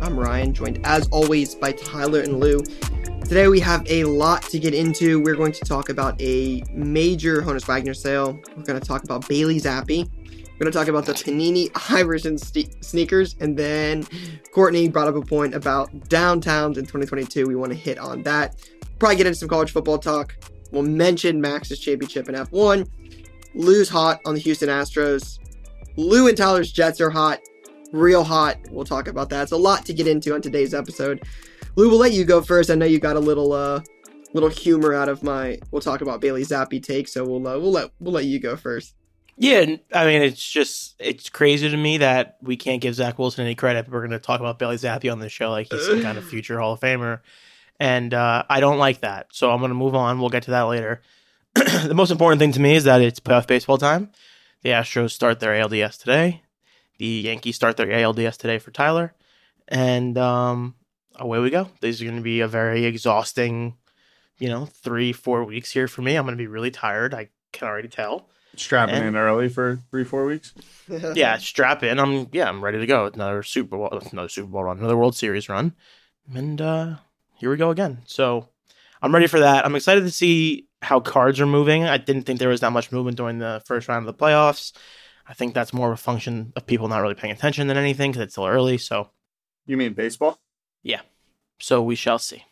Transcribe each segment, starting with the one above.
I'm Ryan, joined as always by Tyler and Lou. Today we have a lot to get into. We're going to talk about a major Honus Wagner sale. We're going to talk about Bailey Zappi. We're going to talk about the Panini Iverson ste- sneakers, and then Courtney brought up a point about downtowns in 2022. We want to hit on that. Probably get into some college football talk. We'll mention Max's championship in F1. Lou's hot on the Houston Astros. Lou and Tyler's Jets are hot real hot. We'll talk about that. It's a lot to get into on today's episode. Lou, we'll let you go first. I know you got a little uh little humor out of my we'll talk about Bailey Zappi take, so we'll uh, we'll let we'll let you go first. Yeah, n- I mean, it's just it's crazy to me that we can't give Zach Wilson any credit. But we're going to talk about Bailey Zappi on this show like he's some kind of future Hall of Famer, and uh, I don't like that. So I'm going to move on. We'll get to that later. the most important thing to me is that it's playoff baseball time. The Astros start their ALDS today. The Yankees start their ALDS today for Tyler, and um, away we go. These are going to be a very exhausting, you know, three four weeks here for me. I'm going to be really tired. I can already tell. strapping And- in early for three, four weeks. yeah, strap in. I'm yeah, I'm ready to go. Another Super Bowl, another Super Bowl run, another World Series run, and uh here we go again. So I'm ready for that. I'm excited to see how cards are moving. I didn't think there was that much movement during the first round of the playoffs. I think that's more of a function of people not really paying attention than anything because it's still early. So You mean baseball? so we shall see.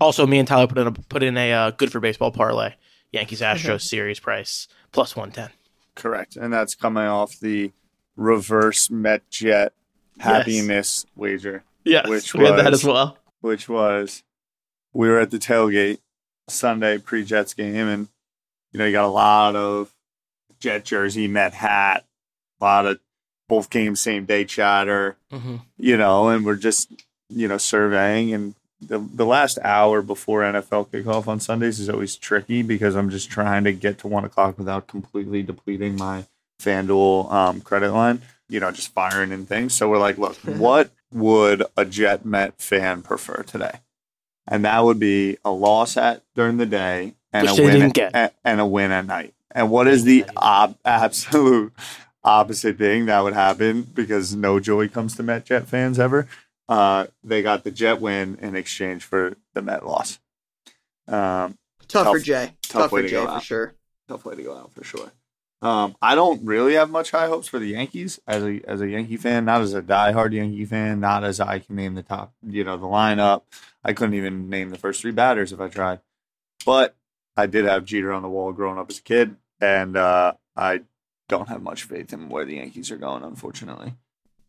Also, me and Tyler put in a put in a uh, good for baseball parlay. Yankees Mm-hmm. Astros series price plus one ten. Correct. And that's coming off the reverse Met Jet happiness wager, Yes, Which we had that was- as well. which was we were at the tailgate Sunday pre Jets game, and you know you got a lot of Jet jersey, Met hat, a lot of both games same day chatter. hmm you know, and we're just, you know, surveying. And the, the last hour before NFL kickoff on Sundays is always tricky because I'm just trying to get to one o'clock without completely depleting my FanDuel um, credit line, you know, just firing and things. So we're like, look, what would a Jet Met fan prefer today? And that would be a loss at during the day and Which a they win didn't get. a- and a win at night. And what is the ob- absolute opposite thing that would happen because no joy comes to Met Jet fans ever. Uh, they got the Jet win in exchange for the Met loss. Um, tough, for Tough- Jay. Tough, tough way for to Jay go for out. sure. tough way to go out for sure. Um, I don't really have much high hopes for the Yankees as a as a Yankee fan, not as a diehard Yankee fan, not as I can name the top, you know, the lineup. I couldn't even name the first three batters if I tried. But I did have Jeter on the wall growing up as a kid, and uh, I don't have much faith in where the Yankees are going, unfortunately.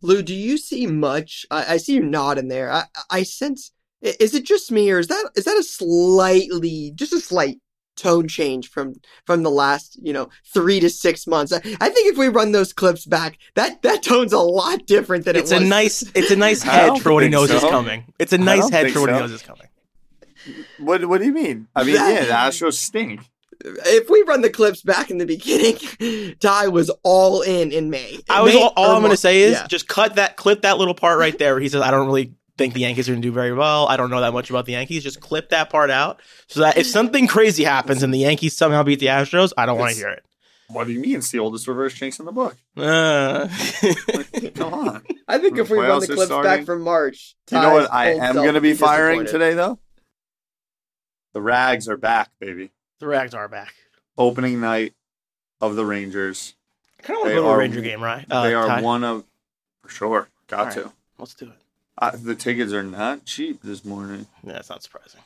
Lou, do you see much? I, I see you nodding there. I I sense i- is it just me or is that is that a slightly just a slight tone change from from the last you know three to six months? I, I think if we run those clips back, that that tone's a lot different than it's it a was. nice it's a nice I head don't for what he think knows is so. coming. It's a I nice don't head think for what he so. knows is coming. What What do you mean? I mean, That- yeah, the Astros stink. if we run the clips back in the beginning, Ty was all in in May. I was May all, all or I'm going Mar- to say is yeah. just cut that clip that little part right there where he says I don't really think the Yankees are going to do very well. I don't know that much about the Yankees. Just clip that part out so that if something crazy happens and the Yankees somehow beat the Astros, I don't want to It's- hear it. What do you mean? It's the oldest reverse jinx in the book. Uh, Come on. I think if we Playoffs run the are clips back starting. from March, you know Ty's what? I old self am going to would be firing disappointed. today, though. The Rags are back, baby. the Rags are back. Opening night of the Rangers. I kind of want They to go to a are- Ranger game, right? Uh, they are Ty, one of, for sure. Got All to. Let's do it. Uh, the tickets are not cheap this morning. Yeah, that's not surprising.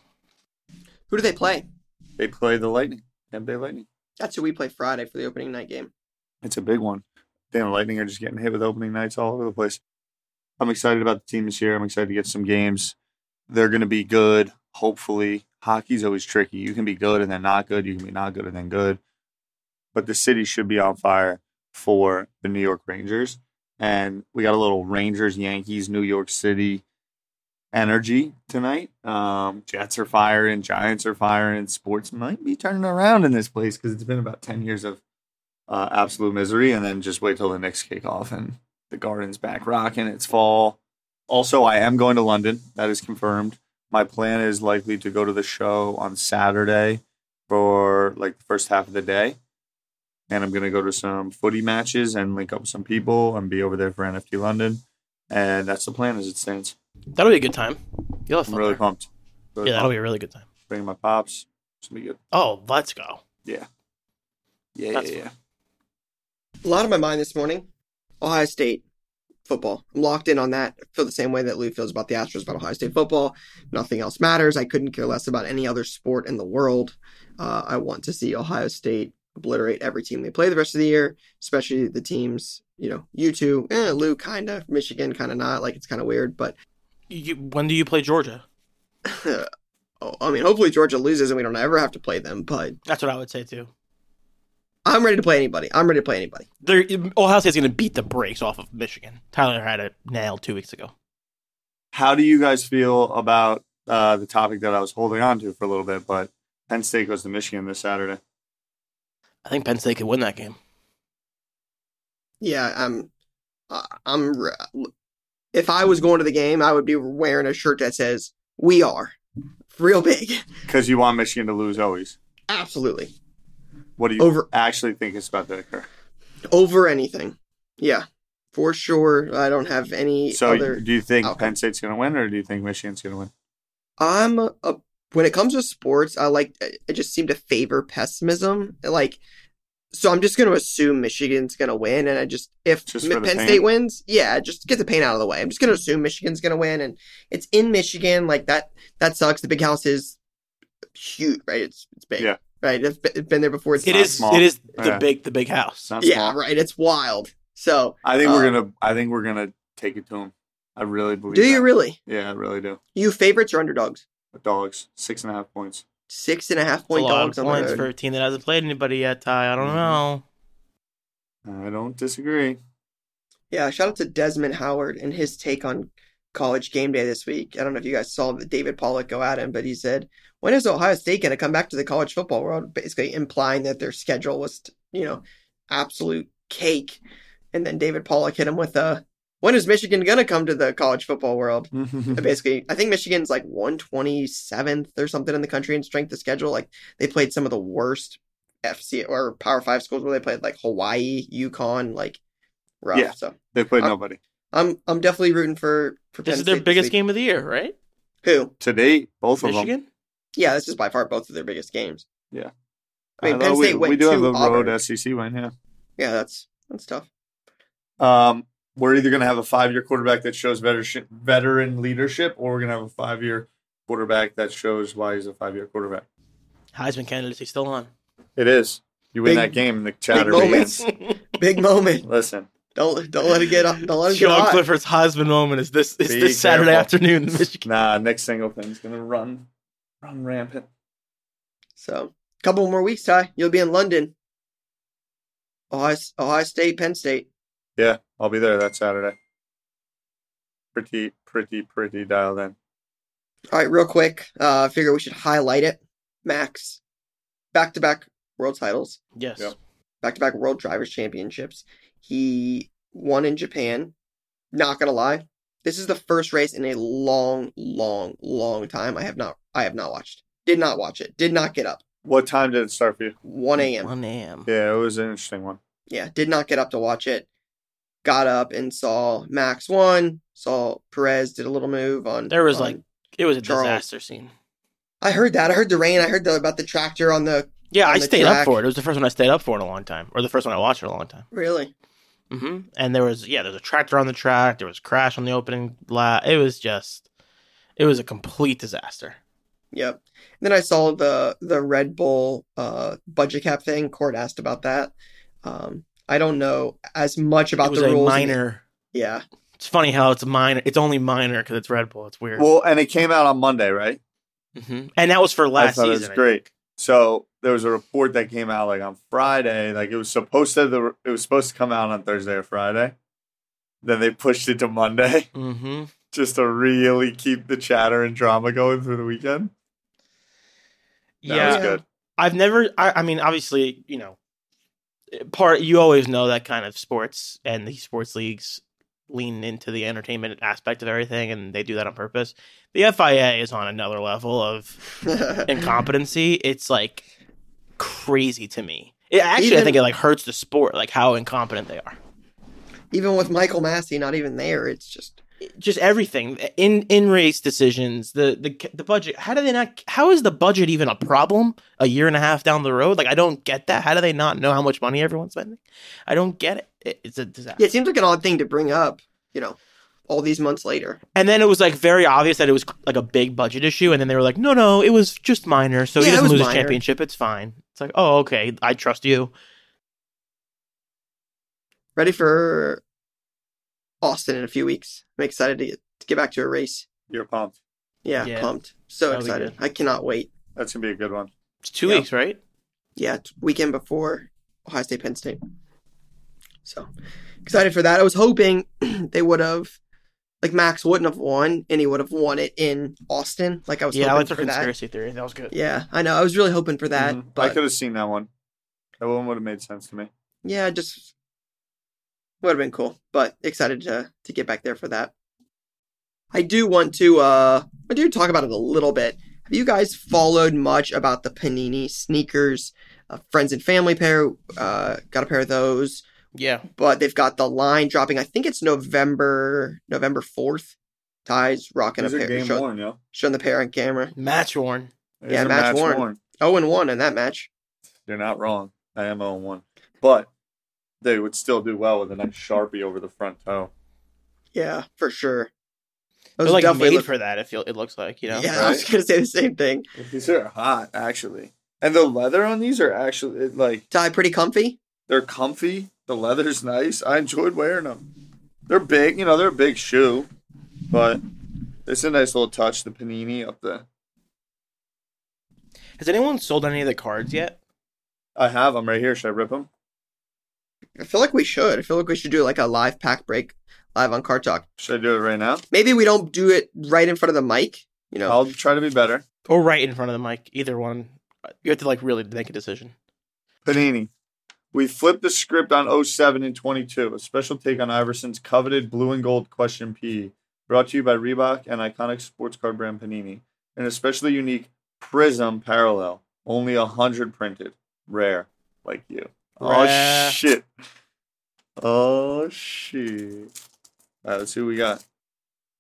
Who do they play? They play the Lightning. Tampa Bay Lightning. That's who we play Friday for the opening night game. It's a big one. Damn, Lightning are just getting hit with opening nights all over the place. I'm excited about the team this year. I'm excited to get some games. They're going to be good, hopefully. Hockey's always tricky. You can be good and then not good. You can be not good and then good. But the city should be on fire for the New York Rangers. And we got a little Rangers, Yankees, New York City energy tonight. Um, Jets are firing, Giants are firing, sports might be turning around in this place because it's been about 10 years of uh, absolute misery. And then just wait till the Knicks kick off and the Garden's back rocking. It's fall. Also, I am going to London. That is confirmed. My plan is likely to go to the show on Saturday for like the first half of the day. And I'm going to go to some footy matches and link up with some people and be over there for NFT London. And that's the plan as it stands. That'll be a good time. You'll have I'm fun. really there. pumped. Really yeah, that'll pumped. be a really good time. Bring my pops. It's gonna be good. Oh, let's go. Yeah, That's yeah, yeah. A lot on my mind this morning. Ohio State football. I'm locked in on that. I feel the same way that Lou feels about the Astros about Ohio State football. Nothing else matters. I couldn't care less about any other sport in the world. Uh, I want to see Ohio State obliterate every team they play the rest of the year, especially the teams. You know, you two, eh, Lou, kind of Michigan, kind of not. Like it's kind of weird, but You, when do you play Georgia? oh, I mean, hopefully Georgia loses and we don't ever have to play them. But That's what I would say too. I'm ready to play anybody. I'm ready to play anybody. They're, Ohio State's going to beat the brakes off of Michigan. Tyler had it nailed two weeks ago. How do you guys feel about uh, the topic that I was holding on to for a little bit? But Penn State goes to Michigan this Saturday. I think Penn State could win that game. Yeah, I'm. I- I'm. re- If I was going to the game, I would be wearing a shirt that says "We are," real big. Because you want Michigan to lose always. Absolutely What do you over actually think is about to occur? over anything. Yeah, for sure. I don't have any So, other. do you think outcome. Penn State's gonna win, or do you think Michigan's gonna win? I'm a, a- when it comes to sports, I like I just seem to favor pessimism. Like, so I'm just going to assume Michigan's going to win, and I just if Just Mi- for the Penn pain. State wins, yeah, just get the pain out of the way. I'm just going to assume Michigan's going to win, and it's in Michigan. Like that, that sucks. The Big House is huge, right? It's it's big, Yeah. right? It's be- it's been there before. It's It not is. small. It is the Yeah. big. The big house. It's not yeah, small. right. It's wild. So, I think we're Uh, gonna. I think we're gonna take it to them. I really believe. do you that. really? Yeah, I really do. You favorites or underdogs? Dogs six and a half points. Six and a half It's a point lot of dogs on the points road. for a team that hasn't played anybody yet. Ty, I don't Mhm. know. I don't disagree. Yeah, shout out to Desmond Howard and his take on college game day this week. I don't know if you guys saw that David Pollock go at him, but he said, When is Ohio State going to come back to the college football world? Basically implying that their schedule was, you know, absolute cake. And then David Pollock hit him with a, When is Michigan going to come to the college football world? Mm-hmm. And Basically, I think Michigan's like 127th or something in the country in strength of schedule. Like they played some of the worst FC or Power Five schools where they played like Hawaii, Yukon, like rough. Yeah. So they played Uh, nobody I'm I'm definitely rooting for for This Penn is their State biggest week. game of the year, right? Who? to date. Both of them. Michigan. Yeah, this is by far both of their biggest games. Yeah. I mean, Although Penn we- State we, went do to have a Auburn. road SEC win, yeah. Yeah, that's that's tough. Um, we're either going to have a five-year quarterback that shows veteran veteran leadership, or we're going to have a five-year quarterback that shows why he's a five-year quarterback. Heisman candidacy still on. It is. You win Big- that game, the chatter moments. begins. Big moment. Listen, Don't don't let it get don't let it get Sean hot. Clifford's Heisman moment is this is Be this Saturday careful. afternoon in Michigan. nah, Nick Singleton's going to run, run rampant. So, a couple more weeks, Ty. You'll be in London. Ohio, Ohio State, Penn State. Yeah, I'll be there that Saturday. Pretty, pretty, pretty dialed in. All right, real quick. Uh, I figure we should highlight it. Max, back to back world titles. Yes. Yep. back to back World Drivers Championships. He won in Japan. Not gonna lie, this is the first race in a long, long, long time. I have not, I have not watched. Did not watch it. Did not get up. What time did it start for you? 1 a.m. One a.m. Yeah, it was an interesting one. Yeah, did not get up to watch it. Got up and saw Max won. Saw Perez did a little move on. There was on- like it was a Charles. disaster scene. I heard that. I heard the rain. I heard the, about the tractor on the Yeah, On I the stayed track. up for it. It was the first one I stayed up for in a long time, or the first one I watched in a long time. really. hmm And there was yeah, there was a tractor on the track. There was a crash on the opening lap. It was just, it was a complete disaster. Yep. And then I saw the the Red Bull uh budget cap thing. Court asked about that. Um I don't know as much about it was the a rules. in minor. the- yeah. It's funny how it's minor. It's only minor because it's Red Bull. It's weird. Well, and it came out on Monday, right? hmm And that was for last thought it was season. I great. think. So there was a report that came out like on Friday, like it was supposed to the it was supposed to come out on Thursday or Friday. Then they pushed it to Monday Mm-hmm. just to really keep the chatter and drama going through the weekend. That yeah, was good. I've never. I, I mean, obviously, you know, part you always know that kind of sports and the sports leagues lean into the entertainment aspect of everything, and they do that on purpose. The FIA is on another level of incompetency. It's like crazy to me. It, actually, I Even- think it like hurts the sport, like how incompetent they are. even with Michael Massey not even there, it's just Just everything in in race decisions, the the the budget. How do they not? How is the budget even a problem a year and a half down the road? Like I don't get that. How do they not know how much money everyone's spending? I don't get it. it it's a disaster. yeah, it seems like an odd thing to bring up, you know, all these months later. And then it was like very obvious that it was like a big budget issue, and then they were like, "No, no, it was just minor, so Yeah, he it doesn't was lose his minor. championship. It's fine." It's like, "Oh, okay, I trust you." Ready for Austin in a few weeks. I'm excited to get, to get back to a race. You're pumped. Yeah, Yeah. pumped. So That'll be excited. I cannot wait. That's gonna be a good one. It's two Yeah. weeks, right? Yeah, it's weekend before Ohio State Penn State. So excited for that. I was hoping they would have like Max wouldn't have won and he would have won it in Austin. Like I was Yeah, I hoping like the for that. conspiracy theory. That was good. Yeah, I know. I was really hoping for that. Mm-hmm. Mhm. I But could have seen that one. That one would have made sense to me. yeah, just would have been cool. But excited to to get back there for that. I do want to uh I do talk about it a little bit. Have you guys followed much about the Panini sneakers? Uh, friends and family pair uh got a pair of those, Yeah, but they've got the line dropping. I think it's November November 4th. Ty's rocking These a are pair game show, worn, yo. showing the pair on camera. match worn. These Yeah, are match worn. worn. 0 and 1 in that match. You're not wrong. I am 0 1. But they would still do well with a nice Sharpie over the front toe. Yeah, for sure. They're Those like definitely made look- for that. It feel it looks like you know. yeah, I was right? gonna say the same thing. These are hot, actually. And the leather on these are actually it, like Ty, pretty comfy. they're comfy. The leather's nice. I enjoyed wearing them. They're big, you know, they're a big shoe, but it's a nice little touch. The panini up there. Has anyone sold any of the cards yet? I have them right here. Should I rip them? I feel like we should. I feel like we should do like a live pack break live on Car Talk. Should I do it right now? Maybe we don't do it right in front of the mic. You know, I'll try to be better. Or right in front of the mic? Either one. You have to like really make a decision. Panini. We flipped the script on 07 and 22, a special take on Iverson's coveted blue and gold question P, brought to you by Reebok and iconic sports card brand Panini. An especially unique prism parallel, only 100 printed, rare, like you. Oh, Rare. shit. Oh, shit. All right, let's see what we got.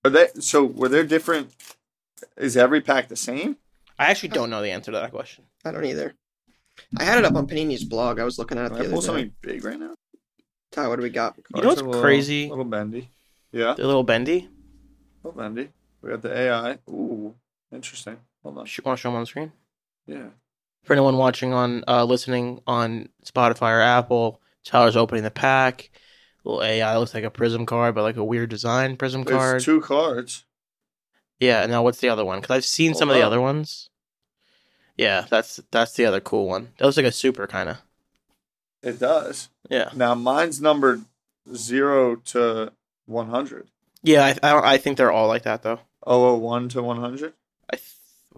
Are they, so, were there different? Is every pack the same? I actually don't know the answer to that question. I don't either. I had it up on Panini's blog. I was looking at it Can I the pull other day. something big right now? Ty, what do we got? You know what's Cards are a little- crazy? little bendy. Yeah. They're a little bendy. Oh, Andy, we got the AI. Ooh, interesting. Hold on. Sh- Want to show them on the screen? Yeah. for anyone watching on uh, listening on Spotify or Apple, Tyler's opening the pack. Little AI looks like a prism card, but like a weird design prism There's card. two cards. yeah. Now what's the other one? Because I've seen some Hold of the up. other ones. Yeah, that's that's the other cool one. That looks like a super kind of. It does. Yeah. Now mine's numbered zero to one hundred. Yeah. I I, don't, I think they're all like that though. Oh, oh, one to one hundred. I th-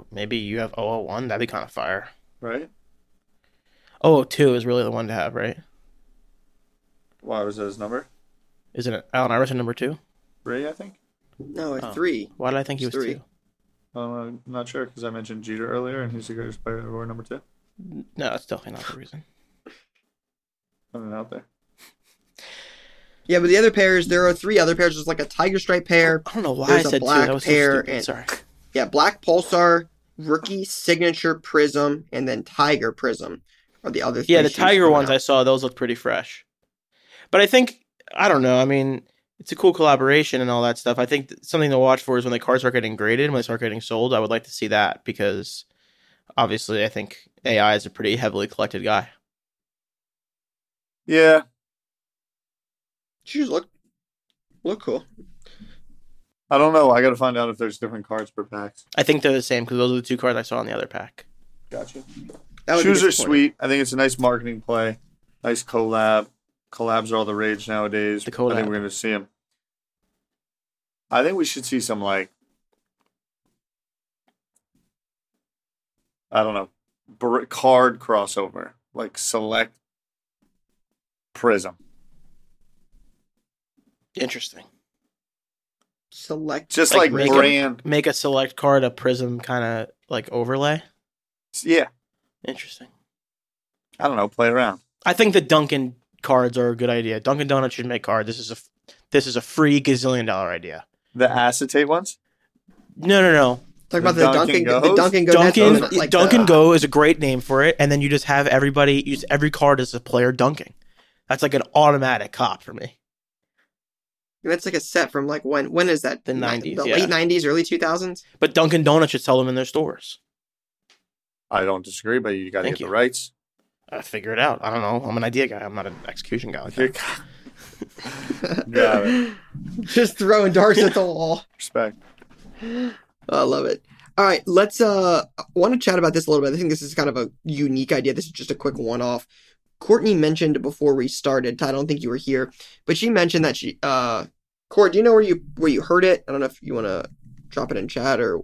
maybe you have 001. That'd be kind of fire. Right? 002 is really the one to have, right? Why was that his number? Isn't it Alan Iverson number two? Three, I think. No, a Oh. three. Why did I think he was It's three. two? Um, I'm not sure because I mentioned Jeter earlier, and he's the greatest player ever. Number two. No, that's definitely not the reason. Coming out there. Yeah, but the other pairs, there are three other pairs. There's like a tiger stripe pair. I don't know why There's a I said two. black That was so pair stupid. and- Sorry. Yeah, black pulsar, rookie signature prism, and then tiger prism are the other. Yeah, three the shoes tiger coming ones out. I saw; those look pretty fresh. But I think I don't know. I mean, it's a cool collaboration and all that stuff. I think th- something to watch for is when the cards start getting graded, when they start getting sold. I would like to see that because obviously, I think AI is a pretty heavily collected guy. Yeah. shoes look look cool. I don't know. I got to find out if there's different cards per packs. I think they're the same because those are the two cards I saw in the other pack. Gotcha. That would be Shoes are disappointing. sweet. I think it's a nice marketing play. Nice collab. Collabs are all the rage nowadays. The I collab. think we're going to see them. I think we should see some like I don't know br- card crossover, like select prism, Interesting. Select just Like like, make 'em- brand. Make a select card a prism kind of like overlay. Yeah, Interesting. I don't know. Play around. I think the Dunkin' cards are a good idea. Dunkin' Donuts should make cards. This is a f- this is a free gazillion dollar idea. The acetate ones. No, no, no. talk about The the Dunkin' Dunkin' the Goes? Dunkin' Go Dunkin' Nets, like uh, Dunkin' the- Go is a great name for it, and then you just have everybody use every card as a player dunking. That's like an automatic cop for me. That's like a set from like when when is that? The Ni- 90s, the yeah. late nineties, early two thousands. But Dunkin' Donuts should sell them in their stores. I don't disagree, but you got to Thank get the you. rights. I figure it out. I don't know. I'm an idea guy. I'm not an execution guy. Like You're- that. Got it. Just throwing darts at the wall. Respect. I love it. All right, let's uh I want to chat about this a little bit. I think this is kind of a unique idea. This is just a quick one off. Courtney mentioned before we started, Ty, I don't think you were here, but she mentioned that she uh Court, do you know where you where you heard it? I don't know if you want to drop it in chat or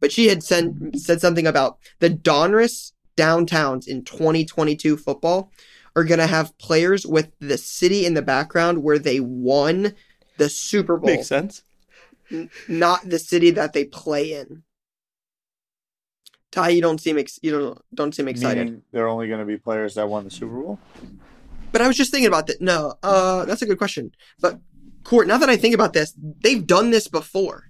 but she had sent said something about the Donruss downtowns in 2022 football are going to have players with the city in the background where they won the Super Bowl Makes sense. not the city that they play in. Ty, you don't seem ex- you don't don't seem excited. Meaning they're only going to be players that won the Super Bowl. But I was just thinking about that. No, uh, that's a good question. But Court, now that I think about this, they've done this before.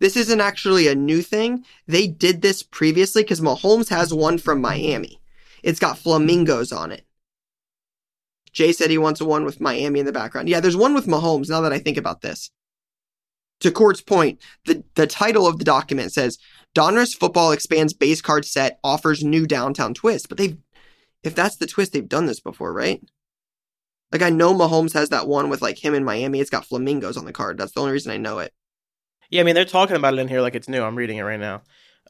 This isn't actually a new thing. They did this previously because Mahomes has one from Miami. It's got flamingos on it. Jay said he wants one with Miami in the background. Yeah, there's one with Mahomes. Now that I think about this, to Court's point, the the title of the document says Donruss Football expands base card set, offers new downtown twist. But they've, if that's the twist, they've done this before, right? Like I know Mahomes has that one with like him in Miami. It's got flamingos on the card. That's the only reason I know it. Yeah, I mean they're talking about it in here like it's new. I'm reading it right now.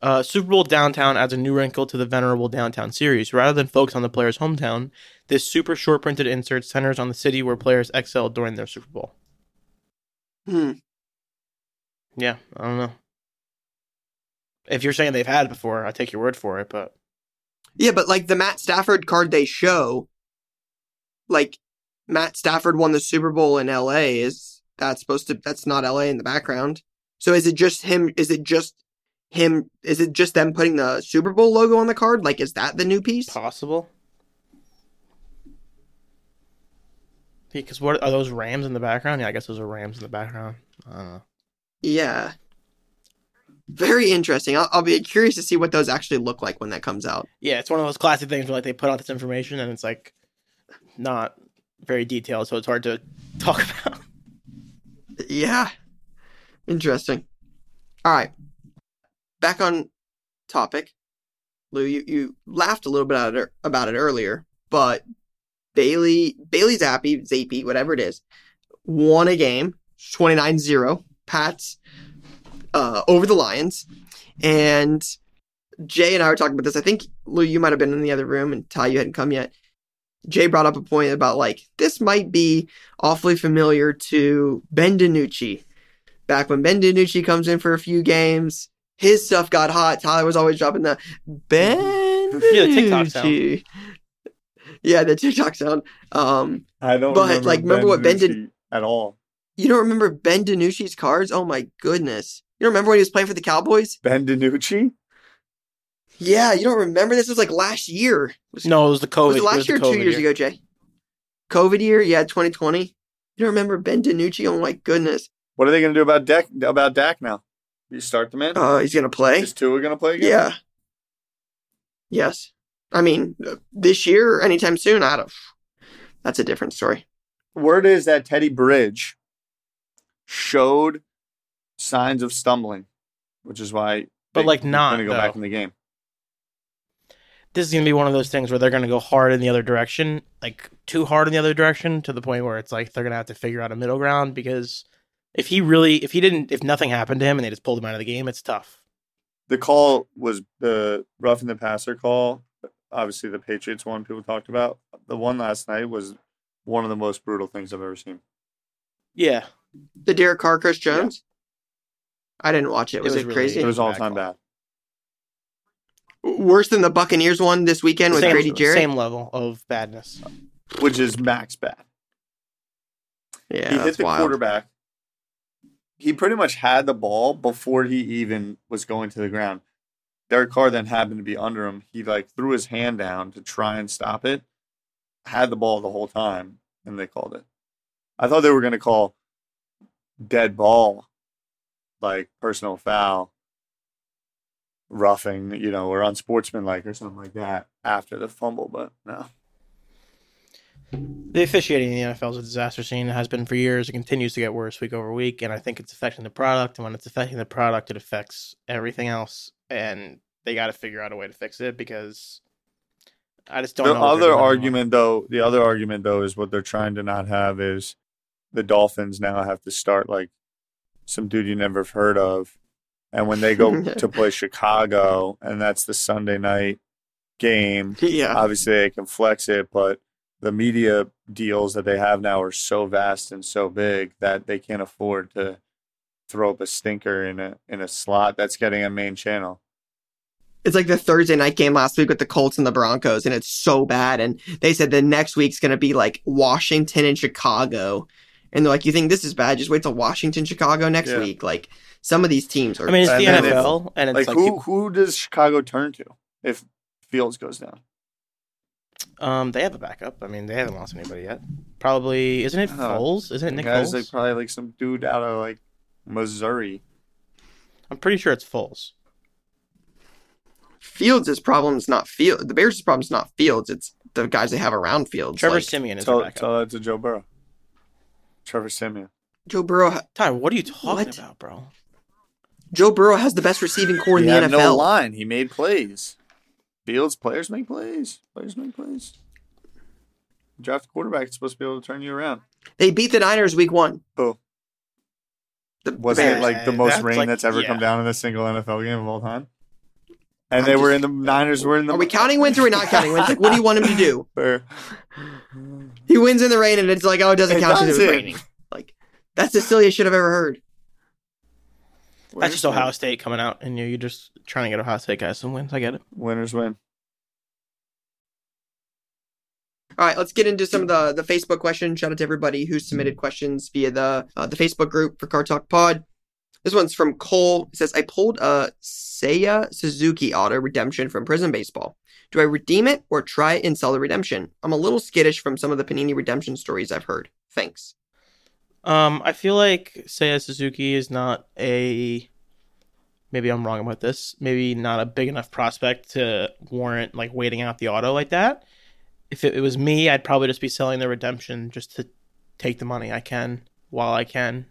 Uh, Super Bowl Downtown adds a new wrinkle to the venerable Downtown series. Rather than focus on the player's hometown, this super short printed insert centers on the city where players excel during their Super Bowl. Hmm. Yeah, I don't know. If you're saying they've had it before, I take your word for it. But Yeah, but like the Matt Stafford card they show, like Matt Stafford won the Super Bowl in LA. Is that supposed to that's not LA in the background? So is it just him is it just him is it just them putting the Super Bowl logo on the card? Like is that the new piece? possible. Because what are those Rams in the background? Yeah, I guess those are Rams in the background. I don't know. Yeah. Very interesting. I'll, I'll be curious to see what those actually look like when that comes out. Yeah, it's one of those classic things where like they put out this information and it's like not very detailed, so it's hard to talk about. Yeah. Interesting. All right. Back on topic. Lou, you, you laughed a little bit at it, er, about it earlier, but Bailey, Bailey Zappi, Zappi, whatever it is, won a game 29 0, Pats uh, over the Lions. And Jay and I were talking about this. I think, Lou, you might have been in the other room and Ty, you hadn't come yet. Jay brought up a point about like, this might be awfully familiar to Ben DiNucci. Back when Ben DiNucci comes in for a few games, his stuff got hot. Tyler was always dropping the Ben Yeah, the TikTok sound. DiNucci. Yeah, the TikTok sound. Um, I don't. But, remember like, remember Ben what Ben did- Nucci at all. you don't remember Ben DiNucci's cards? Oh my goodness! You don't remember when he was playing for the Cowboys? Ben DiNucci. Yeah, you don't remember this was like last year. Was- No, it was the COVID. was it last the year, or two COVID years ago, Jay? COVID year, yeah, 2020. You don't remember Ben DiNucci? Oh my goodness! What are they going to do about Dak? About Dak now? You start them in. Uh, he's gonna play. Is Tua going to play again? Yeah. Yes. I mean, uh, this year or anytime soon, I don't. That's a different story. Word is that Teddy Bridge showed signs of stumbling, which is why. But, like, not, going to go though. back in the game. This is gonna be one of those things where they're gonna go hard in the other direction, like too hard in the other direction, to the point where it's like they're gonna have to figure out a middle ground because if he really, if he didn't, if nothing happened to him and they just pulled him out of the game, it's tough. The call was the rough in the passer call. Obviously, the Patriots one people talked about. The one last night was one of the most brutal things I've ever seen. Yeah, The Derek Carr, Chris Jones. I didn't watch it. Was was it really- crazy? It was all Bad time call. bad. worse than the Buccaneers one this weekend with same, Grady Jarrett. same level of badness. which is max bad. Yeah, he hit that's the wild. quarterback. He pretty much had the ball before he even was going to the ground. Derek Carr then happened to be under him. He like threw his hand down to try and stop it. Had the ball the whole time, and they called it. I thought they were going to call dead ball, like personal foul, roughing, you know, or unsportsmanlike or something like that after the fumble, but no. The officiating in the NFL is a disaster scene. It has been for years. It continues to get worse week over week, and I think it's affecting the product. And when it's affecting the product, it affects everything else. And they got to figure out a way to fix it because I just don't. the know what they're other doing. argument though the other argument though is what they're trying to not have is the dolphins now have to start like some dude you never have heard of and when they go to play chicago and that's the sunday night game Yeah, obviously they can flex it but the media deals that they have now are so vast and so big that they can't afford to throw up a stinker in a in a slot that's getting a main channel it's like the Thursday night game last week with the Colts and the Broncos, and it's so bad. And they said the next week's going to be like Washington and Chicago, and they're like, "You think this is bad? Just wait till Washington, Chicago next Yeah. week." Like some of these teams are. I mean, it's And the then NFL, and it's like, like, who who does chicago turn to if fields goes down um, they have a backup. I mean, they haven't lost anybody yet. Probably isn't it Oh, Foles? Isn't it The Nick guy's Foles? like probably like some dude out of like Missouri. I'm pretty sure it's Foles. Fields' problem is not Field. The Bears' problem is not Fields. It's the guys they have around Fields. Trevor Like, Simeon is their Tell, backup. tell that to Joe Burrow. Trevor Simeon. Joe Burrow. ha- Ty, what are you talking What? about, bro? Joe Burrow has the best receiving core in he the had NFL. no line. He made plays. Fields players make plays. Players make plays. Draft a quarterback it's supposed to be able to turn you around. They beat the Niners week one. Boo. The Wasn't Bears. it like the most That's rain like- that's ever yeah. come down in a single NFL game of all time? And I'm they were in just- the Niners were in the Are we counting wins or are we not counting wins? Like, what do you want him to do? Or- He wins in the rain, and it's like, oh, it doesn't It count because it was doesn't. raining. Like, that's the silliest shit I've ever heard. That's just Ohio State coming out, and you- you're just trying to get Ohio State guys some wins. I get it. Winners win. All right, let's get into some of the the Facebook questions. Shout out to everybody who submitted questions via the uh, the Facebook group for Car Talk Pod. This one's from Cole. It says, "I pulled a Seiya Suzuki auto redemption from Prison Baseball. Do I redeem it or try and sell the redemption? I'm a little skittish from some of the Panini redemption stories I've heard. Thanks. Um, I feel like Seiya Suzuki is not a. Maybe I'm wrong about this. Maybe not a big enough prospect to warrant like waiting out the auto like that. If it, it was me, I'd probably just be selling the redemption just to take the money I can while I can.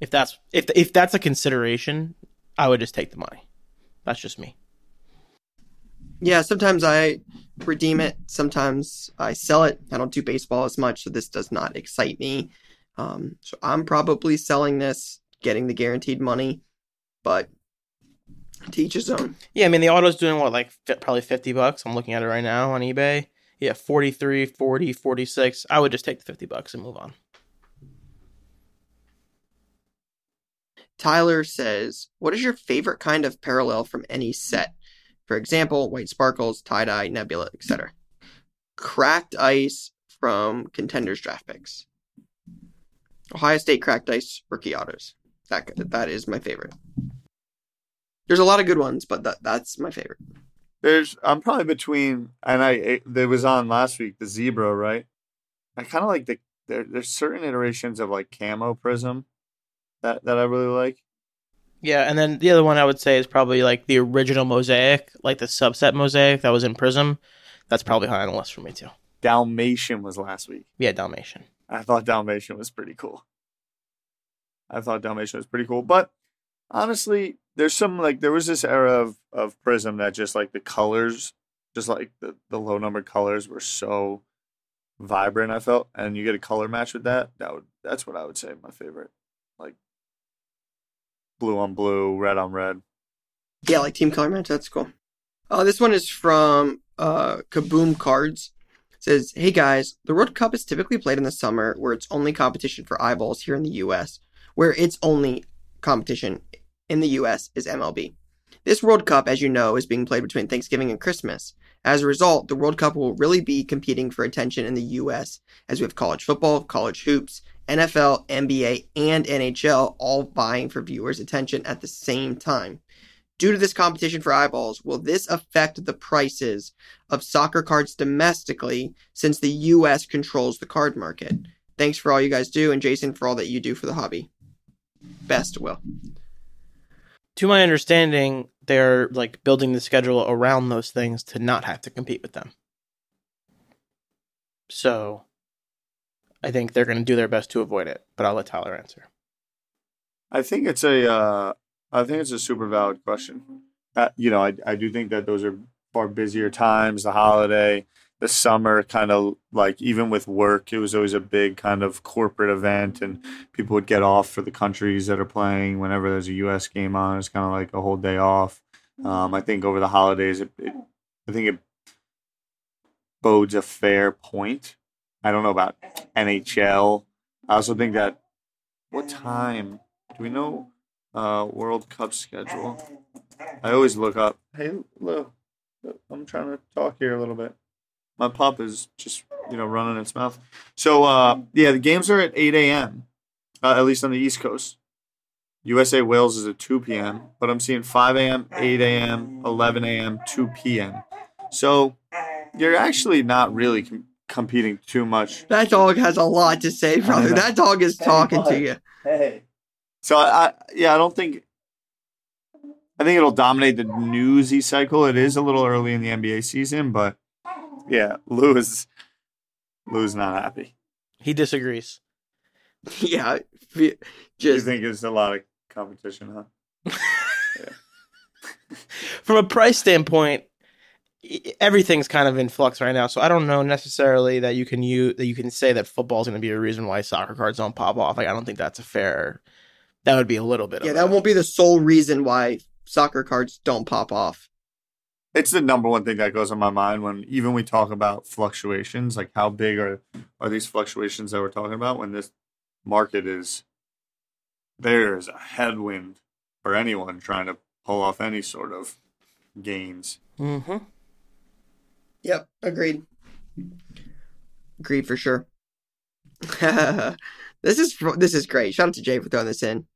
If that's if if that's a consideration, I would just take the money. That's just me. Yeah, sometimes I redeem it. Sometimes I sell it. I don't do baseball as much, so this does not excite me. Um, so I'm probably selling this, getting the guaranteed money, but." To each his own. Yeah, I mean the auto's doing what like fi- probably 50 bucks. I'm looking at it right now on eBay. Yeah, 43, 40, 46. I would just take the 50 bucks and move on. Tyler says, What is your favorite kind of parallel from any set? For example, white sparkles, tie dye, nebula, etc. Cracked ice from contenders draft picks. Ohio State cracked ice rookie autos. That that is my favorite. There's a lot of good ones, but that that's my favorite. There's I'm probably between and I it, that was on last week the zebra right. I kind of like the there, there's certain iterations of like camo prism that that I really like. Yeah, and then the other one I would say is probably like the original mosaic, like the subset mosaic that was in Prism. That's probably high on the list for me too. Dalmatian was last week. Yeah, Dalmatian. I thought Dalmatian was pretty cool. I thought Dalmatian was pretty cool, but honestly, there's some like there was this era of of prism that just like the colors, just like the the low numbered colors were so vibrant. I felt, and you get a color match with that. That would that's what I would say my favorite, like blue on blue, red on red. Yeah, like team color match. That's cool. Uh, this one is from uh, Kaboom Cards. It says, "Hey guys, the World Cup is typically played in the summer, where it's only competition for eyeballs here in the U.S., where it's only competition in the US is MLB. This World Cup, as you know, is being played between Thanksgiving and Christmas. As a result, the World Cup will really be competing for attention in the US as we have college football, college hoops, NFL, NBA, and NHL all vying for viewers' attention at the same time. Due to this competition for eyeballs, will this affect the prices of soccer cards domestically since the US controls the card market? Thanks for all you guys do, and Jason for all that you do for the hobby. Best, Will. To my understanding, they're like building the schedule around those things to not have to compete with them. So I think they're going to do their best to avoid it, but I'll let Tyler answer. I think it's a, uh, I think it's a super valid question. Uh, you know, I, I do think that those are far busier times. The holiday, the summer, kind of like even with work, it was always a big kind of corporate event, and people would get off for the countries that are playing. Whenever there's a U.S. game on, it's kind of like a whole day off. Um, I think over the holidays, it, it, I think it bodes a fair point. I don't know about NHL. I also think that what time do we know uh, World Cup schedule? I always look up. Hey, Lou, I'm trying to talk here a little bit. My pup is just you know running its mouth. So uh, yeah, the games are at 8 a.m. Uh, at least on the East Coast. USA Wales is at 2 p.m. But I'm seeing 5 a.m., 8 a.m., 11 a.m., 2 p.m. So you're actually not really com- competing too much. That dog has a lot to say, brother. know. That dog is talking to bud. you. Hey. So I, I yeah, I don't think I think it'll dominate the newsy cycle. It is a little early in the NBA season, but yeah, Lou is Lou is not happy. He disagrees. Yeah, You just think it's a lot of competition, huh? From a price standpoint, e- everything's kind of in flux right now. So I don't know necessarily that you can use, that you can say that football's going to be a reason why soccer cards don't pop off. Like I don't think that's a fair. That would be a little bit. yeah, of that a- won't be the sole reason why soccer cards don't pop off. It's the number one thing that goes on my mind when even we talk about fluctuations, like how big are are these fluctuations that we're talking about when this market is there is a headwind for anyone trying to pull off any sort of gains. Mhm. Yep, agreed. Agreed for sure. this is fr- this is great. Shout out to Jay for throwing this in.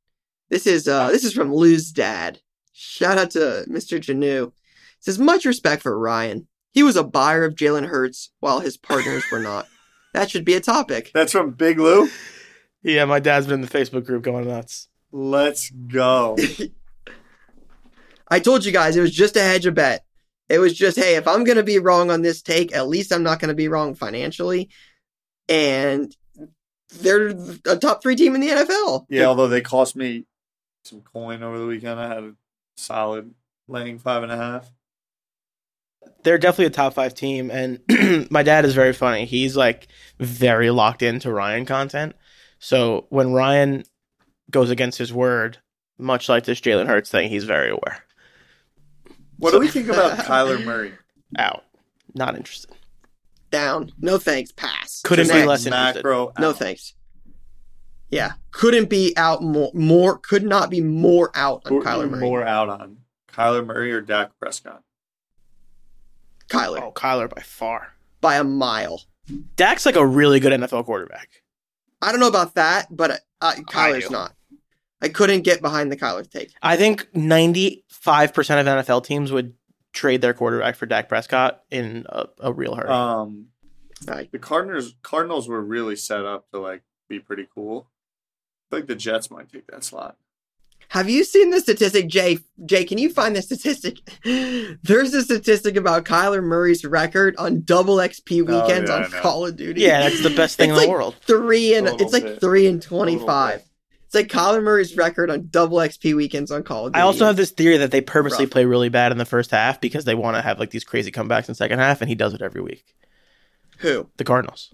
This is uh this is from Lou's dad. Shout out to Mr. Janu. Says much respect for Ryan. He was a buyer of Jalen Hurts while his partners were not. That should be a topic. That's from Big Lou. Yeah, my dad's been in the Facebook group going nuts. Let's go. I told you guys it was just a hedge a bet. It was just, hey, if I'm going to be wrong on this take, at least I'm not going to be wrong financially. And they're a top three team in the NFL. Yeah, although they cost me some coin over the weekend. I had a solid laying five and a half. They're definitely a top five team, and my dad is very funny. He's like very locked into Ryan content. So when Ryan goes against his word, much like this Jalen Hurts thing, he's very aware. What do we think about Kyler Murray? Out. Not interested. Down. No thanks. Pass. Couldn't be Next. less interested. macro. No out. thanks. Yeah. Couldn't be out more, more could not be more out on Who are you Kyler Murray. More out on Kyler Murray or Dak Prescott? Kyler Oh, Kyler by far. by a mile. Dak's like a really good NFL quarterback. I don't know about that, but uh, Kyler's do. not. I couldn't get behind the Kyler take. I think 95% of NFL teams would trade their quarterback for Dak Prescott in a, a real hurry. Um, I, the Cardinals Cardinals were really set up to like be pretty cool. I think the Jets might take that slot. Have you seen the statistic, Jay? Jay, can you find the statistic? There's a statistic about Kyler Murray's record on double XP Oh, weekends yeah, I on know. Call of Duty. yeah, that's the best thing It's in like the world. Three and A little it's like bit. three and A little twenty-five. It's like Kyler Murray's record on double XP weekends on Call of Duty. I also have this theory that they purposely Rough. play really bad in the first half because they want to have like these crazy comebacks in the second half, and he does it every week. who? The Cardinals.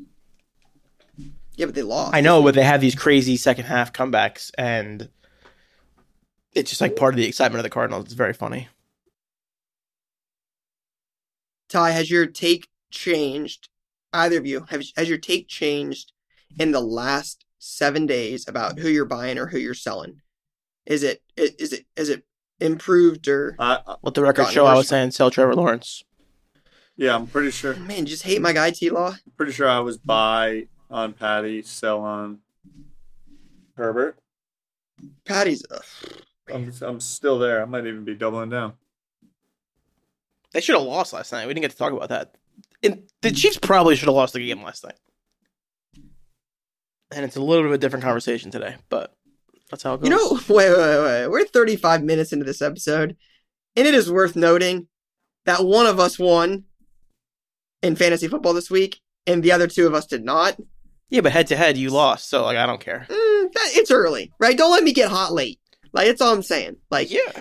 Yeah, but they lost. I know, but they have these crazy second half comebacks, and it's just like part of the excitement of the Cardinals. It's very funny. Ty, has your take changed? Either of you have has your take changed in the last seven days about who you're buying or who you're selling? Is it i- is it is it improved or? I, I- Let the record Gotten show I worse. was saying sell Trevor Lawrence. yeah, I'm pretty sure. Man, you just hate my guy T Law. Pretty sure I was buy on Patty, sell on Herbert. Patty's. Ugh. I'm I'm still there. I might even be doubling down. They should have lost last night. We didn't get to talk about that. And the Chiefs probably should have lost the game last night. And it's a little bit of a different conversation today, but that's how it goes. You know, wait, wait, wait, wait. We're 35 minutes into this episode, and it is worth noting that one of us won in fantasy football this week, and the other two of us did not. yeah, but head to head, you lost, so like I don't care. Mm, that, it's early, right? Don't let me get hot late. Like that's all I'm saying. Like yeah,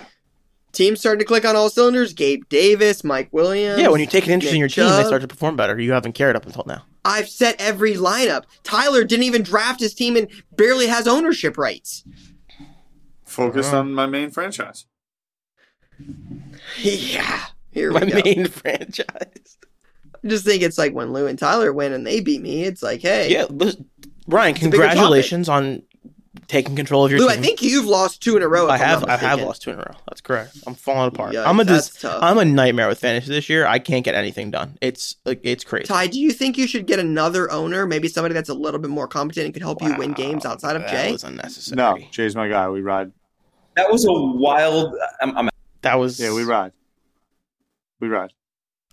teams starting to click on all cylinders. Gabe Davis, Mike Williams. yeah. When you take an interest in your Nick team, they Chubb. start to perform better. You haven't cared up until now. I've set every lineup. Tyler didn't even draft his team and barely has ownership rights. Focused on my main franchise. yeah. Here we My go. main franchise. I just think it's like when Lou and Tyler win and they beat me, it's like, hey, Yeah, listen, a bigger Ryan, topic. congratulations on taking control of your Lou, team. I think you've lost two in a row. if I I'm have not I have mistaken. lost two in a row. That's correct. I'm falling apart. Yikes, I'm a dis- that's tough. I'm a nightmare with fantasy this year. I can't get anything done. It's like it's crazy. Ty, do you think you should get another owner? Maybe somebody that's a little bit more competent and could help you win games outside of that Jay? was unnecessary. No, Jay's my guy. We ride. That was a wild. I'm, I'm that was Yeah, we ride. We ride.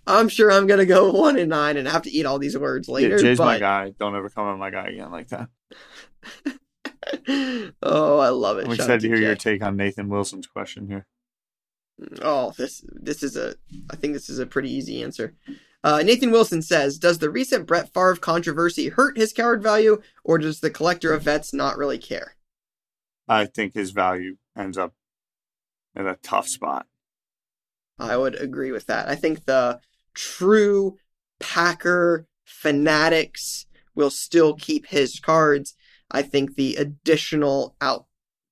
I'm sure I'm gonna go one and nine and have to eat all these words later. yeah, Jay's but my guy. Don't ever come on my guy again like that. oh, I love it. I'm Shout out excited to hear Jay. your take on Nathan Wilson's question here. Oh, this this is a I think this is a pretty easy answer. Uh, Nathan Wilson says, "Does the recent Brett Favre controversy hurt his coward value, or does the collector of vets not really care?" I think his value ends up in a tough spot. I would agree with that. I think the true Packer fanatics will still keep his cards. I think the additional out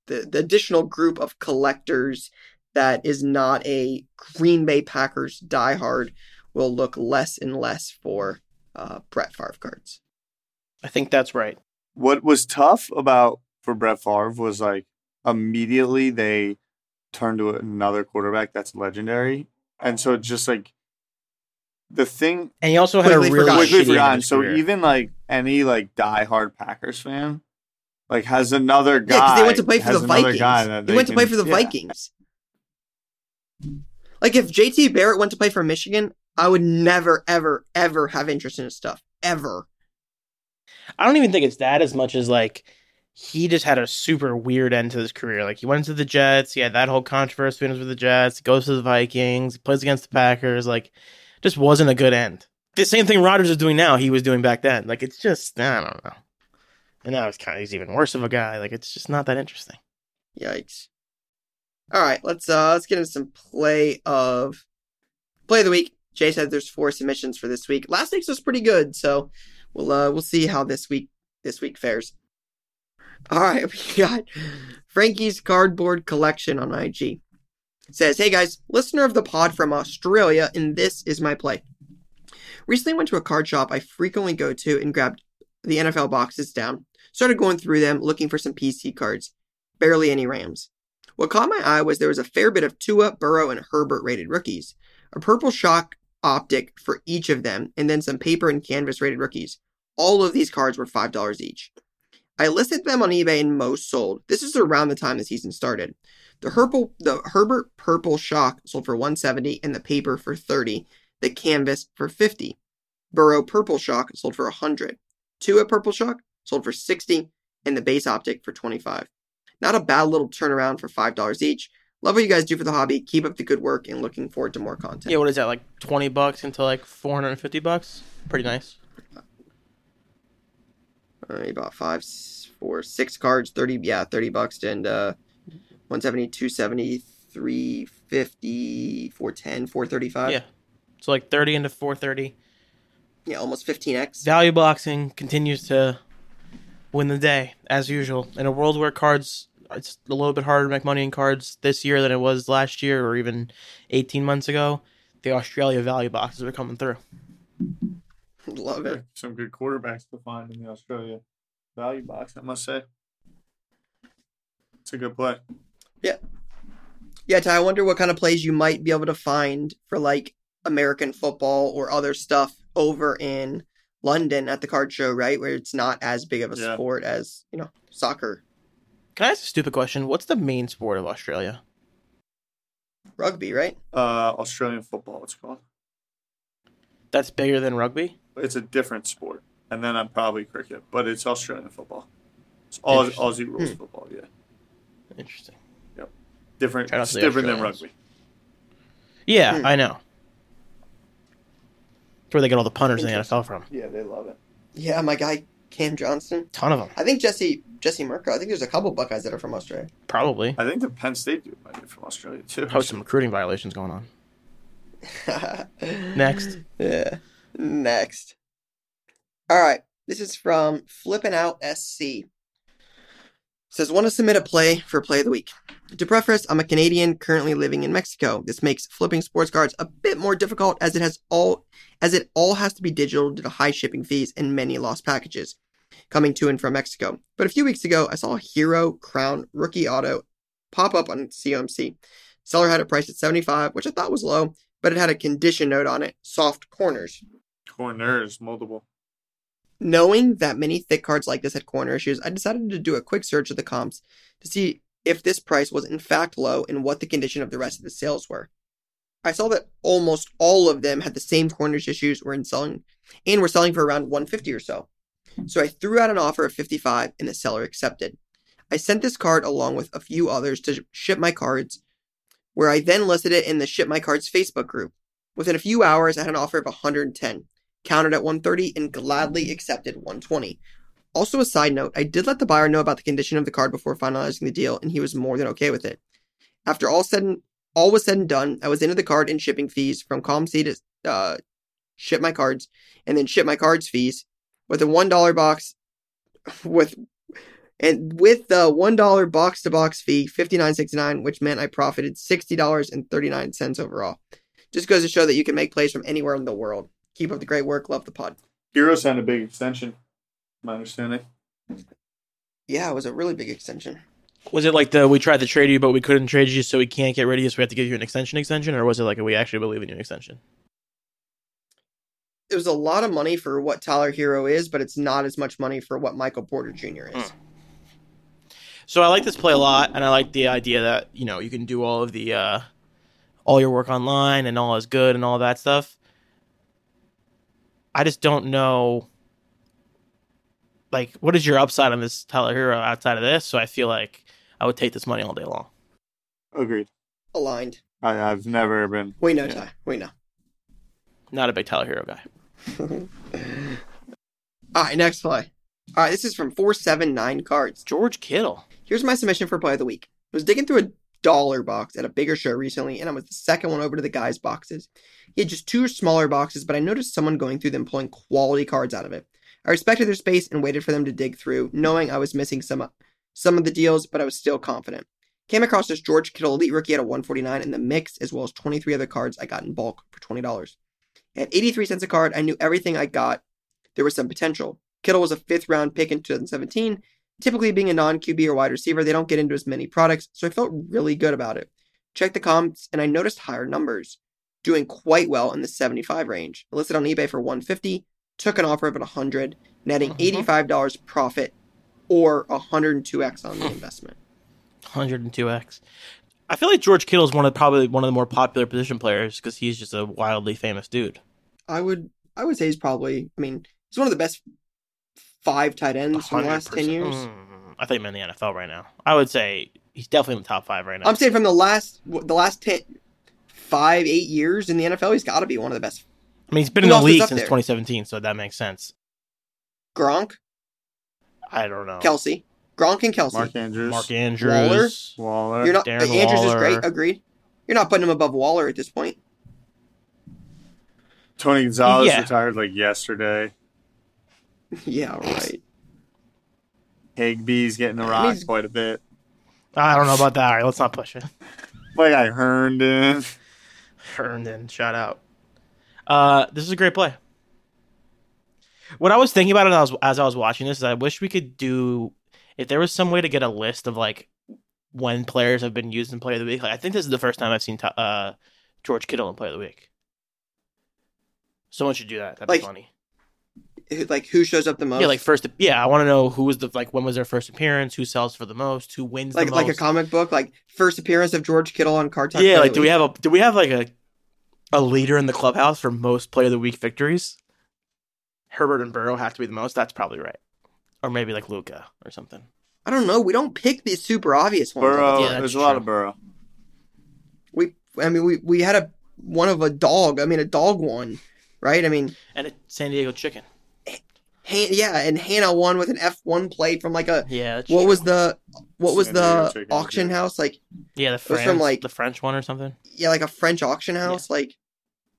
the, the additional group of collectors that is not a Green Bay Packers diehard will look less and less for uh, Brett Favre cards. I think that's right. What was tough about for Brett Favre was like immediately they turned to another quarterback that's legendary, and so just like the thing And he also had a Quickly really forgotten. shitty quickly end of forgotten. his So career. even like any like diehard Packers fan, like has another guy. Yeah, because they went to play for has the another Vikings. guy that They went to can- play for the yeah. Vikings. Like if JT Barrett went to play for Michigan, I would never, ever, ever have interest in his stuff. Ever. I don't even think it's that as much as like he just had a super weird end to his career. Like he went to the Jets, he had that whole controversy when he was with the Jets, he goes to the Vikings, he plays against the Packers, like just wasn't a good end. The same thing Rodgers is doing now, he was doing back then. Like it's just I don't know. And now it's kind of he's even worse of a guy. Like it's just not that interesting. Yikes. All right, let's uh let's get into some play of play of the week. Jay said there's four submissions for this week. Last week's was pretty good, so we'll uh we'll see how this week this week fares. All right, we got Frankie's cardboard collection on IG. It says, "Hey guys, listener of the pod from Australia, and this is my play. Recently went to a card shop I frequently go to and grabbed the NFL boxes down. Started going through them looking for some PC cards barely any Rams. What caught my eye was there was a fair bit of Tua, Burrow, and Herbert rated rookies, a purple shock optic for each of them, and then some paper and canvas rated rookies. All of these cards were $5 each. I listed them on eBay and most sold. This is around the time the season started. The, Herpel, the Herbert Purple Shock sold for 170 and the paper for 30, the canvas for 50. Burrow Purple Shock sold for 100. Tua Purple Shock sold for 60 and the base optic for 25. Not a bad little turnaround for five dollars each. Love what you guys do for the hobby. Keep up the good work and looking forward to more content. Yeah, what is that like twenty bucks into like four hundred and fifty bucks? Pretty nice. Uh, he bought five, s- four, six cards, thirty, yeah, thirty bucks, and uh, 170, 270, 350, 410, 435. yeah. So like thirty into four thirty. yeah, almost fifteen x. Value boxing continues to win the day as usual in a world where cards it's a little bit harder to make money in cards this year than it was last year or even 18 months ago. The Australia value boxes are coming through. Love it. Some good quarterbacks to find in the Australia value box, I must say. It's a good play. Yeah, Ty, I wonder what kind of plays you might be able to find for like American football or other stuff over in London at the card show, right? Where it's not as big of a Yeah. sport as, you know, soccer, Can I ask a stupid question? What's the main sport of Australia? rugby, right? Uh, Australian football, it's called. That's bigger than rugby. It's a different sport, and then I'm probably cricket, but it's Australian football. It's all Aussie Hmm. rules football. Yeah, Interesting. different. Shout out It's to the different than Australians. rugby. Yeah, I know. It's where they get all the punters in the NFL from. Yeah, they love it. Yeah, my guy Cam Johnston. ton of them, I think Jesse Jesse Merkel. I think there's a couple Buckeyes that are from Australia. probably. I think the Penn State dude might be from Australia too. Probably some recruiting violations going on. yeah. Next. Next. All right. This is from Flippin' Out SC. Says, want to submit a play for Play of the Week. To preface, I'm a Canadian currently living in Mexico. This makes flipping sports cards a bit more difficult as it has all as it all has to be digital due to high shipping fees and many lost packages coming to and from Mexico. But a few weeks ago, I saw a Hero Crown Rookie Auto pop up on COMC. Seller had it priced at 75, which I thought was low, but it had a condition note on it, soft corners. corners, multiple. Knowing that many thick cards like this had corner issues, I decided to do a quick search of the comps to see if this price was in fact low and what the condition of the rest of the sales were. I saw that almost all of them had the same corners issues were in selling and were selling for around 150 or so. So I threw out an offer of 55 and the seller accepted. I sent this card along with a few others to ship my cards where I then listed it in the ship my cards Facebook group. Within a few hours I had an offer of 110 countered at 130 and gladly accepted 120. Also, a side note, I did let the buyer know about the condition of the card before finalizing the deal, and he was more than okay with it. After all said and all was said and done, I was into the card and shipping fees from ComC to uh, ship my cards, and then ship my cards fees with a one dollar box with and with the one dollar box to box fee fifty nine sixty nine, which meant I profited sixty dollars and thirty nine cents overall. Just goes to show that you can make plays from anywhere in the world. Keep up the great work. Love the pod. Hero signed a big extension. My understanding. Yeah, it was a really big extension. Was it like the we tried to trade you, but we couldn't trade you, so we can't get rid of you, so we have to give you an extension extension? Or was it like we actually believe in you an extension? It was a lot of money for what Tyler Hero is, but it's not as much money for what Michael Porter Jr. is. So I like this play a lot, and I like the idea that you know you can do all of the uh, all your work online and all is good and all that stuff. I just don't know, like, what is your upside on this Tyler Hero outside of this? So I feel like I would take this money all day long. Agreed. Aligned. I, I've never been. We know, Yeah. Ty. We know. Not a big Tyler Hero guy. All right, next play. All right, this is from 479 Cards. George Kittle. Here's my submission for play of the week. I was digging through a dollar box at a bigger show recently, and I was the second one over to the guy's boxes. He had just two smaller boxes, but I noticed someone going through them pulling quality cards out of it. I respected their space and waited for them to dig through, knowing I was missing some some of the deals, but I was still confident. Came across this George Kittle Elite Rookie at a 149 in the mix, as well as 23 other cards I got in bulk for $20. At 83 cents a card, I knew everything I got. There was some potential. Kittle was a fifth round pick in 2017, Typically, being a non QB or wide receiver, they don't get into as many products, so I felt really good about it. Checked the comps, and I noticed higher numbers, doing quite well in the 75 range. Listed on eBay for 150, took an offer of 100, netting $85 profit or 102x on the investment. 102x. I feel like George Kittle is one of probably one of the more popular position players because he's just a wildly famous dude. I would I would say he's probably I mean he's one of the best five tight ends from the last 100%. ten years. Mm, I think I'm in the NFL right now. I would say he's definitely in the top five right now. I'm saying from the last the last ten five eight years in the NFL, he's got to be one of the best. I mean, he's been Who in the else is league up since there? 2017, so that makes sense. Gronk, I don't know. Oh. Kelsey, Gronk and Kelsey. Mark Andrews. Mark Andrews. Waller? Waller. You're not. Darren Andrews is great. Waller. Agreed. You're not putting him above Waller at this point. Tony Gonzalez Yeah. retired like yesterday. yeah, right. Higbee's getting the I rock mean, he's- quite a bit. I don't know about that. All right, let's not push it. My guy Herndon. Herndon, shout out. Uh, this is a great play. What I was thinking about it as, as I was watching this is I wish we could do if there was some way to get a list of like when players have been used in Player of the Week. Like, I think this is the first time I've seen Ta- uh, George Kittle in Player of the Week. Someone should do that. That'd Like, be funny. Who- Like who shows up the most? Yeah, like first. Yeah, I want to know who was the like when was their first appearance, who sells for the most, who wins like the like a most. comic book. Like first appearance of George Kittle on Card Talk. yeah, Daily. like do we have a do we have like a a leader in the clubhouse for most Player of the Week victories? Herbert and Burrow have to be the most. That's probably right, or maybe like Luca or something. I don't know. We don't pick these super obvious ones. Burrow. Yeah, that's there's a lot true. of Burrow. We I mean we we had a one of a dog. I mean a dog one, right? I mean And a San Diego chicken. Han- yeah, and Hannah won with an F one plate from like a Yeah. That's what true. was the what was San Diego the chicken, auction yeah. house like? Yeah, the from, French, like- the French one or something. Yeah, like a French auction house. Like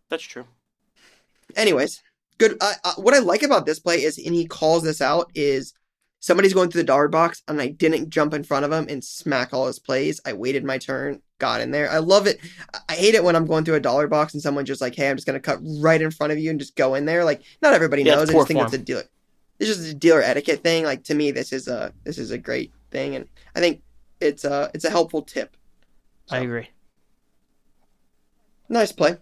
That's true. anyways, good. Uh, uh, what I like about this play is, and he calls this out is. Somebody's going through the dart box, and I didn't jump in front of him and smack all his plays. I waited my turn, got in there. I love it. I- I hate it when I'm going through a dollar box and someone just like, "Hey, I'm just gonna cut right in front of you and just go in there." Like, not everybody Yeah, it's knows. I poor just think it's a form. dealer. It's just a dealer etiquette thing. Like to me, this is a this is a great thing, and I think it's a it's a helpful tip. I agree. Nice play.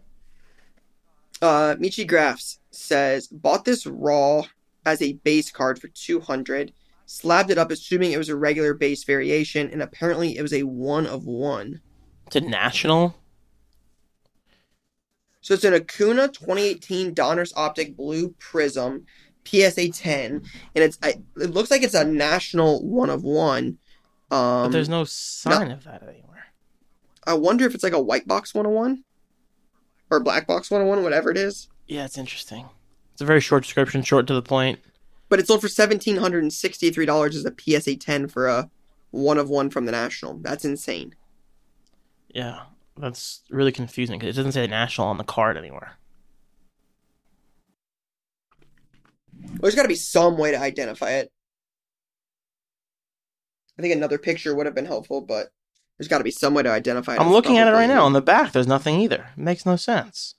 Uh, Michi Graffs says bought this raw as a base card for 200, slabbed it up assuming it was a regular base variation, and apparently it was a one of one. It's a national. So it's an Acuna 2018 Donner's Optic Blue Prism PSA 10, and it's I, it looks like it's a national one of one. But Um, there's no sign of that anywhere. I wonder if it's like a white box one of one, or black box one of one, whatever it is. Yeah, it's interesting. It's a very short description, short to the point. But it sold for seventeen hundred and sixty-three dollars as a PSA ten for a one of one from the National. That's insane. Yeah, that's really confusing because it doesn't say national on the card anywhere. There's got to be some way to identify it. I think another picture would have been helpful, but there's got to be some way to identify it. I'm It's looking at it probably- right now. On the back, there's nothing either. It makes no sense.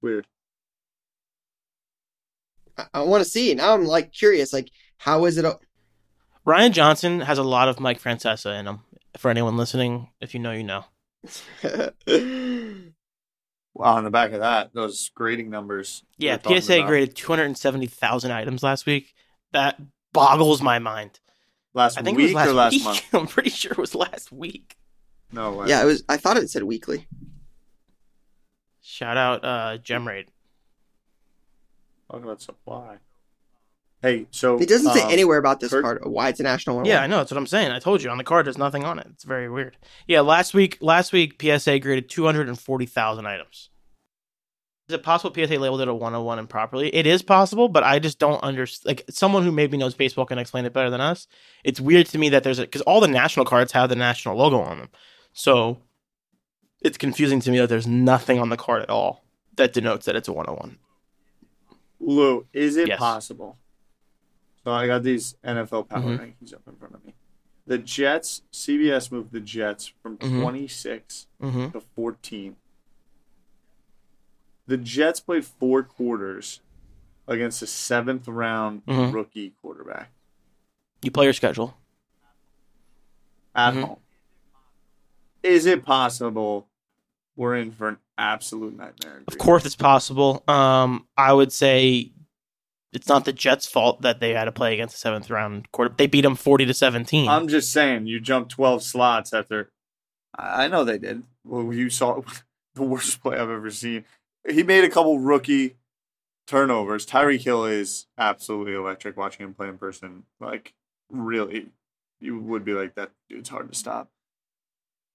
Weird. I, want to see. Now I'm like curious, like how is it? A- Ryan Johnson has a lot of Mike Francesa in him. For anyone listening, if you know, you know. Wow, on the back of that, those grading numbers. we Yeah, were talking PSA about. graded 270,000 items last week. That boggles my mind. last I think week it was or last last week. month. I'm pretty sure it was last week. No way. yeah, it was. I thought it said weekly. Shout out uh, Gem Raid. Talking about supply. Hey, so It doesn't say um, anywhere about this Kurt- card. Why it's a national one? Yeah, I know. That's what I'm saying. I told you on the card, there's nothing on it. It's very weird. Yeah, last week, last week PSA graded 240,000 items. Is it possible PSA labeled it a 101 improperly? It is possible, but I just don't understand. Like someone who maybe knows baseball can explain it better than us. It's weird to me that there's a because all the national cards have the national logo on them, so it's confusing to me that there's nothing on the card at all that denotes that it's a 101. Lou, is it Yes. possible? So I got these NFL power Mhm. rankings up in front of me. The Jets, CBS moved the Jets from Mhm. 26 Mm-hmm. to 14. The Jets played four quarters against a seventh round Mhm. rookie quarterback You play your schedule. at Mhm. home. Is it possible we're in for an absolute nightmare? in Of Green course, it's possible. Um, I would say it's not the Jets' fault that they had to play against the seventh round quarter. They beat them forty to seventeen. I'm just saying, you jumped 12 slots after. I I know they did. Well, you saw the worst play I've ever seen. He made a couple rookie turnovers. Tyreek Hill is absolutely electric watching him play in person. Like, really, you would be like, that dude's hard to stop.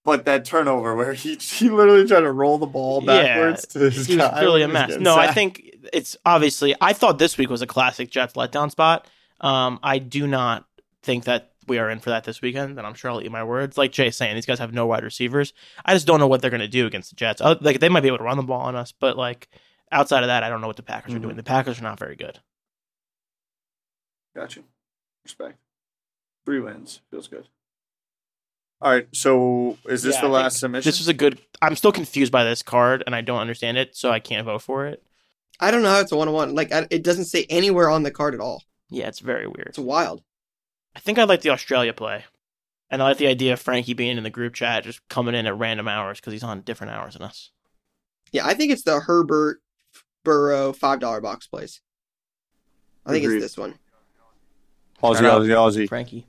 But that turnover where he he literally tried to roll the ball backwards to his he was guy clearly a when he was mess. getting No, I sacked. think it's obviously. I thought this week was a classic Jets letdown spot. Um, I do not think that we are in for that this weekend, and I'm sure I'll eat my words. Like Jay's saying, these guys have no wide receivers. I just don't know what they're going to do against the Jets. Uh, Like they might be able to run the ball on us, but like outside of that, I don't know what the Packers are Mhm. doing. The Packers are not very good. Gotcha. Respect. Three wins. Feels good. All right. So is this Yeah, the I last submission? This was a good. I'm still confused by this card, and I don't understand it, so I can't vote for it. I oh don't know how it's a one on one. Like I, it doesn't say anywhere on the card at all. Yeah, it's very weird. It's wild. I think I like the Australia play, and I like the idea of Frankie being in the group chat, just coming in at random hours because he's on different hours than us. Yeah, I think it's the Herbert Burrow five dollar box plays. I think Agreed. it's this one. Aussie, Aussie, Aussie. Frankie,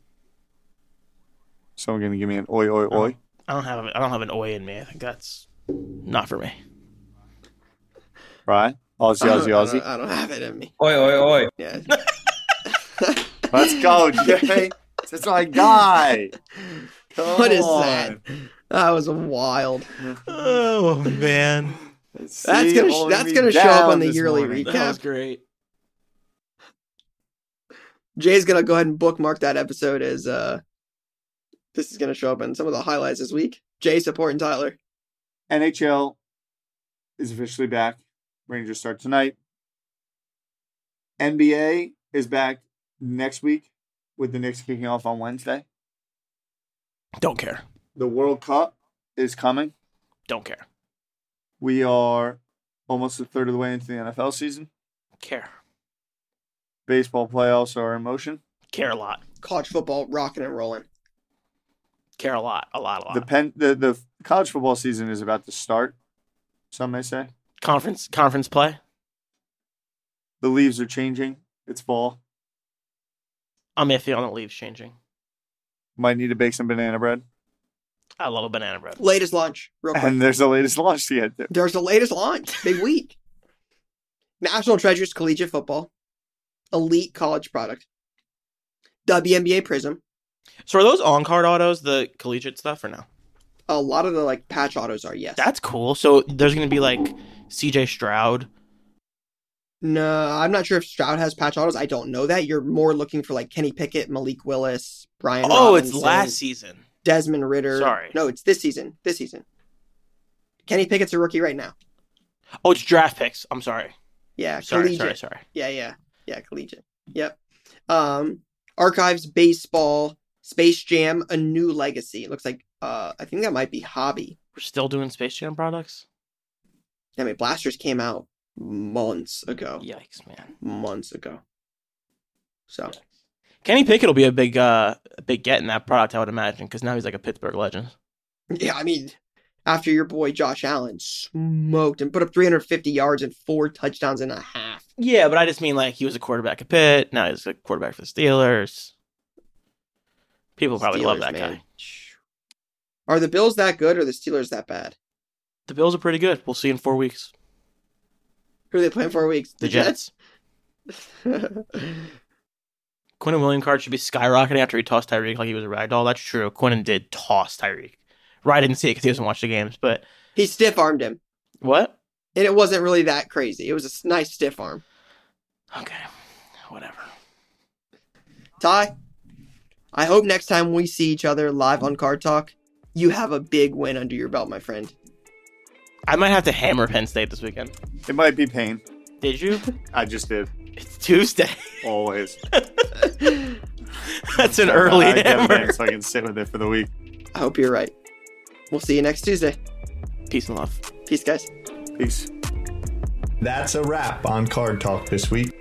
Someone gonna give me an oi, oi, oi. I don't have a, I don't have an oi in me. I think that's not for me. Right? Aussie, I don't- Aussie, I don't- Aussie. I don't have it in me. Oi, oi, oi. Yeah. Let's go, Jay. That's my guy. Come What is on. that? That was wild. Oh man, That's See, gonna holding that's me gonna show up down on the this yearly morning. recap. That was great. Jay's gonna go ahead and bookmark that episode as uh this is gonna show up in some of the highlights this week. Jay supporting Tyler. NHL is officially back. Rangers start tonight. NBA is back next week with the Knicks kicking off on Wednesday. Don't care. The World Cup is coming. Don't care. We are almost a third of the way into the NFL season. Care. Baseball playoffs are in motion. Care a lot. College football rocking and rolling. Care a lot. A lot. A lot. The pen the, the college football season is about to start, some may say. conference conference play. The leaves are changing. It's fall. I'm iffy on the leaves changing. Might need to bake some banana bread. I love a banana bread. Latest launch, real quick. And there's the latest launch to get. There's the latest launch. Big week. National Treasures Collegiate Football. Elite college product. WNBA Prism. So are those on card autos the collegiate stuff or no? A lot of the like patch autos are yes. That's cool. So there's gonna be like CJ Stroud. no, I'm not sure if Stroud has patch autos. I don't know that. You're more looking for like Kenny Pickett, Malik Willis, Brian. Oh, it's Robinson, last season. Desmond Ritter. Sorry. no, it's this season. This season. Kenny Pickett's a rookie right now. Oh, it's draft picks. I'm sorry. Yeah, Sorry, collegiate. sorry, sorry. Yeah, yeah. Yeah, collegiate. Yep. Um Archives Baseball, Space Jam, A New Legacy. It looks like uh I think that might be hobby. We're still doing Space Jam products? I mean Blasters came out months ago. Yikes, man. Months ago. So Kenny Pickett will be a big uh a big get in that product, I would imagine, because now he's like a Pittsburgh legend. yeah, I mean after your boy Josh Allen smoked and put up 350 yards and four touchdowns and a half. Yeah, but I just mean like he was a quarterback at Pitt, now he's a quarterback for the Steelers. People probably love Steelers, that man. guy. Are the Bills that good or the Steelers that bad? The Bills are pretty good. We'll see in four weeks. Who are they playing for weeks? The, Jets. Jets? Quinn and William card should be skyrocketing after he tossed Tyreek like he was a ragdoll. That's true. Quinnen did toss Tyreek. Ryan didn't see it because he doesn't watch the games, but he stiff armed him. what? and it wasn't really that crazy. It was a s- nice stiff arm. Okay. Whatever. Ty, I hope next time we see each other live on Card Talk, you have a big win under your belt, my friend. I might have to hammer Penn State this weekend. It might be pain. Did you? I just did. It's Tuesday. Always. That's an So early I get it hammer. in so I can sit with it for the week. I hope you're right. We'll see you next Tuesday. Peace and love. Peace, guys. Peace. That's a wrap on Card Talk this week.